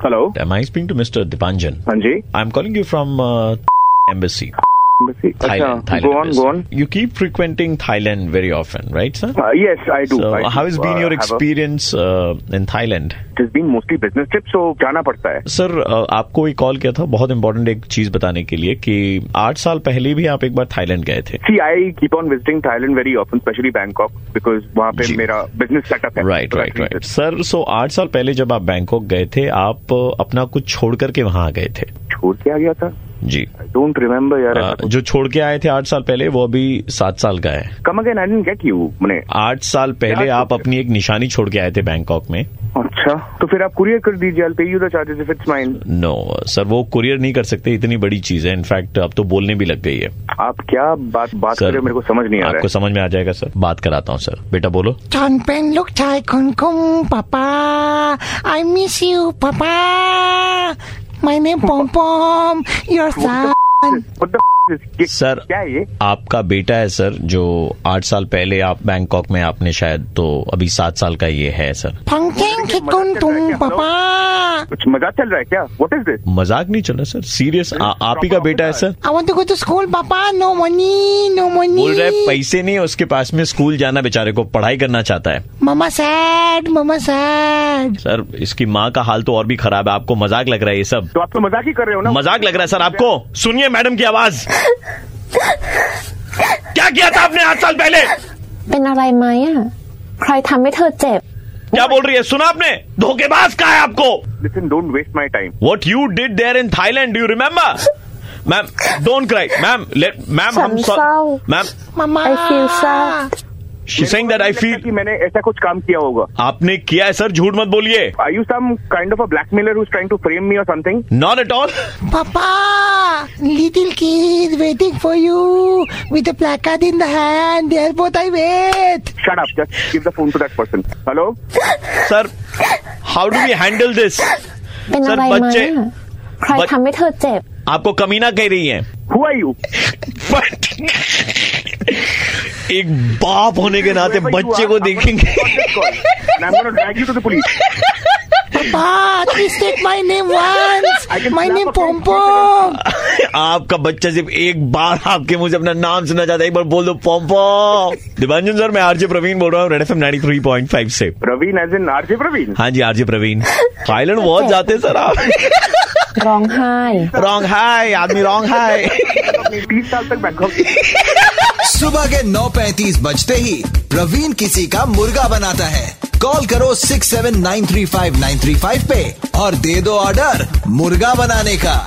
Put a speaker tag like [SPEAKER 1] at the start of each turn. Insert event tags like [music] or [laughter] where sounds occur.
[SPEAKER 1] Hello.
[SPEAKER 2] Am I speaking to Mr. Dipanjan?
[SPEAKER 1] हाँ जी
[SPEAKER 2] I'm calling you from uh, embassy,
[SPEAKER 1] embassy.
[SPEAKER 2] Thailand.
[SPEAKER 1] अच्छा
[SPEAKER 2] Thailand
[SPEAKER 1] go on
[SPEAKER 2] embassy.
[SPEAKER 1] go on.
[SPEAKER 2] You keep frequenting Thailand very often, right, sir?
[SPEAKER 1] Uh, yes, I do.
[SPEAKER 2] So,
[SPEAKER 1] I do.
[SPEAKER 2] how has been
[SPEAKER 1] Uh,
[SPEAKER 2] your
[SPEAKER 1] have a-
[SPEAKER 2] experience uh, in Thailand?
[SPEAKER 1] It has been mostly business trip, so जाना पड़ता है.
[SPEAKER 2] Sir अ, आपको एक call किया था बहुत important एक चीज बताने के लिए कि आठ साल पहले भी आप एक बार थाईलैंड गए थे
[SPEAKER 1] See, I keep on visiting Thailand very often, especially Bangkok, because वहाँ पे
[SPEAKER 2] जी.
[SPEAKER 1] मेरा business setup है. तो
[SPEAKER 2] right
[SPEAKER 1] So
[SPEAKER 2] right
[SPEAKER 1] that's
[SPEAKER 2] right sir so आठ साल पहले जब आप बैंकॉक गए थे आप अ, अपना कुछ छोड़ करके वहां आ गए थे
[SPEAKER 1] reason. छोड़ के आ गया था.
[SPEAKER 2] जी
[SPEAKER 1] I don't remember यार.
[SPEAKER 2] अ, जो छोड़ के आए थे आठ साल पहले वो अभी सात साल का है
[SPEAKER 1] Come again, I didn't get you. मैंने
[SPEAKER 2] आठ साल पहले
[SPEAKER 1] क्या
[SPEAKER 2] आप
[SPEAKER 1] सोच रहे?
[SPEAKER 2] अपनी एक निशानी छोड़ के आए थे बैंकॉक में
[SPEAKER 1] अच्छा तो फिर आप courier कर दीजिए. I'll pay you the charges if it's mine.
[SPEAKER 2] No sir वो कुरियर नहीं कर सकते इतनी बड़ी चीज है इनफैक्ट अब तो बोलने भी लग गई है
[SPEAKER 1] आप क्या बात बात कर रहे हो मेरे को समझ नहीं आ रहा
[SPEAKER 2] आपको
[SPEAKER 1] है.
[SPEAKER 2] समझ में आ जाएगा सर बात कराता हूँ सर बेटा बोलो
[SPEAKER 3] จอนเป็นลูกชายคนคุ้มป้าป้า I miss you ป้าป้า My name Pom Pom your son
[SPEAKER 1] What the f- is ये
[SPEAKER 2] सर
[SPEAKER 1] क्या है ये?
[SPEAKER 2] आपका बेटा है सर जो आठ साल पहले आप बैंकॉक में आपने शायद तो अभी सात साल का ये है सर
[SPEAKER 3] พังเท่งคิดกุนตุงป้าป้า
[SPEAKER 1] कुछ मजाक चल रहा है क्या? What is this?
[SPEAKER 2] मजाक नहीं चल रहा सर सीरियस आ- आप ही का बेटा है sir
[SPEAKER 3] อาวันตุกุตุสกูลป้าป้า no money no money
[SPEAKER 2] बोल रहा है पैसे नहीं है उसके पास में स्कूल जाना बेचारे को पढ़ाई करना चाहता है
[SPEAKER 3] mama said mama said
[SPEAKER 2] sir इसकी माँ का हाल तो और भी खराब है आपको मजाक लग रहा है ये सब
[SPEAKER 1] तो आप तो मजाक ही कर रहे हो ना?
[SPEAKER 2] मजाक लग रहा है सर आपको सुनिए मैडम की आवाज क्या किया था आपने आठ साल पहले
[SPEAKER 4] เป็นอะไรไหมอ่ะ ใครทำให้เธอเจ็บ
[SPEAKER 2] क्या बोल रही है सुना आपने धोखेबाज कहा है आपको
[SPEAKER 1] Listen, don't waste my time.
[SPEAKER 2] What you did there in Thailand, do you remember? ma'am, don't cry. Ma'am, let, ma'am, I'm
[SPEAKER 4] Sam
[SPEAKER 2] sorry.
[SPEAKER 4] Sao.
[SPEAKER 2] Ma'am,
[SPEAKER 3] มามา
[SPEAKER 4] I feel sad
[SPEAKER 2] she's saying
[SPEAKER 1] मेरे
[SPEAKER 2] that
[SPEAKER 1] को नहीं
[SPEAKER 2] I
[SPEAKER 1] लगता कि
[SPEAKER 2] feel...
[SPEAKER 1] मैंने ऐसा कुछ काम किया होगा
[SPEAKER 2] आपने किया है सर झूठ मत बोलिए
[SPEAKER 1] Are you some kind of a blackmailer who's trying to frame me or something?
[SPEAKER 2] Not at all
[SPEAKER 3] ป้าป้า little kid waiting for you with the placard in the hand the airport I wait
[SPEAKER 1] Shut up. Just give the phone to that person. Hello?
[SPEAKER 2] Sir how do we handle this
[SPEAKER 4] เป็นอะไรไหมอ่ะ ใครทำให้เธอเจ็บ
[SPEAKER 2] आपको कमीना कह रही है
[SPEAKER 1] Who are you?
[SPEAKER 2] But एक बाप होने के नाते
[SPEAKER 1] Whoever you
[SPEAKER 2] बच्चे
[SPEAKER 1] are,
[SPEAKER 2] को
[SPEAKER 1] I'm gonna
[SPEAKER 2] देखेंगे
[SPEAKER 1] stop this call. And I'm going to drag you to the police.
[SPEAKER 3] ป้า please take my name once
[SPEAKER 1] I can
[SPEAKER 3] my
[SPEAKER 1] slap
[SPEAKER 3] name
[SPEAKER 1] a
[SPEAKER 3] Pom
[SPEAKER 1] face.
[SPEAKER 3] Pom
[SPEAKER 2] आपका बच्चा सिर्फ एक बार आपके मुझे अपना नाम सुनना चाहता है एक बार बोल दो पॉम्पो दिवांजन सर मैं आरजे प्रवीण बोल रहा हूँ red F nine three point five से
[SPEAKER 1] Praveen as in RJ Praveen.
[SPEAKER 2] [laughs] हाँ जी आरजे प्रवीण थाईलैंड बहुत जाते हैं सर आप
[SPEAKER 4] ร้องไห้
[SPEAKER 2] रॉन्ग हाय आदमी रॉन्ग हाय
[SPEAKER 1] अपने 30 साल तक बैंकॉक में
[SPEAKER 5] सुबह के 9:35 बजते ही प्रवीण किसी का मुर्गा बनाता है कॉल करो 67935935 पे और दे दो ऑर्डर मुर्गा बनाने का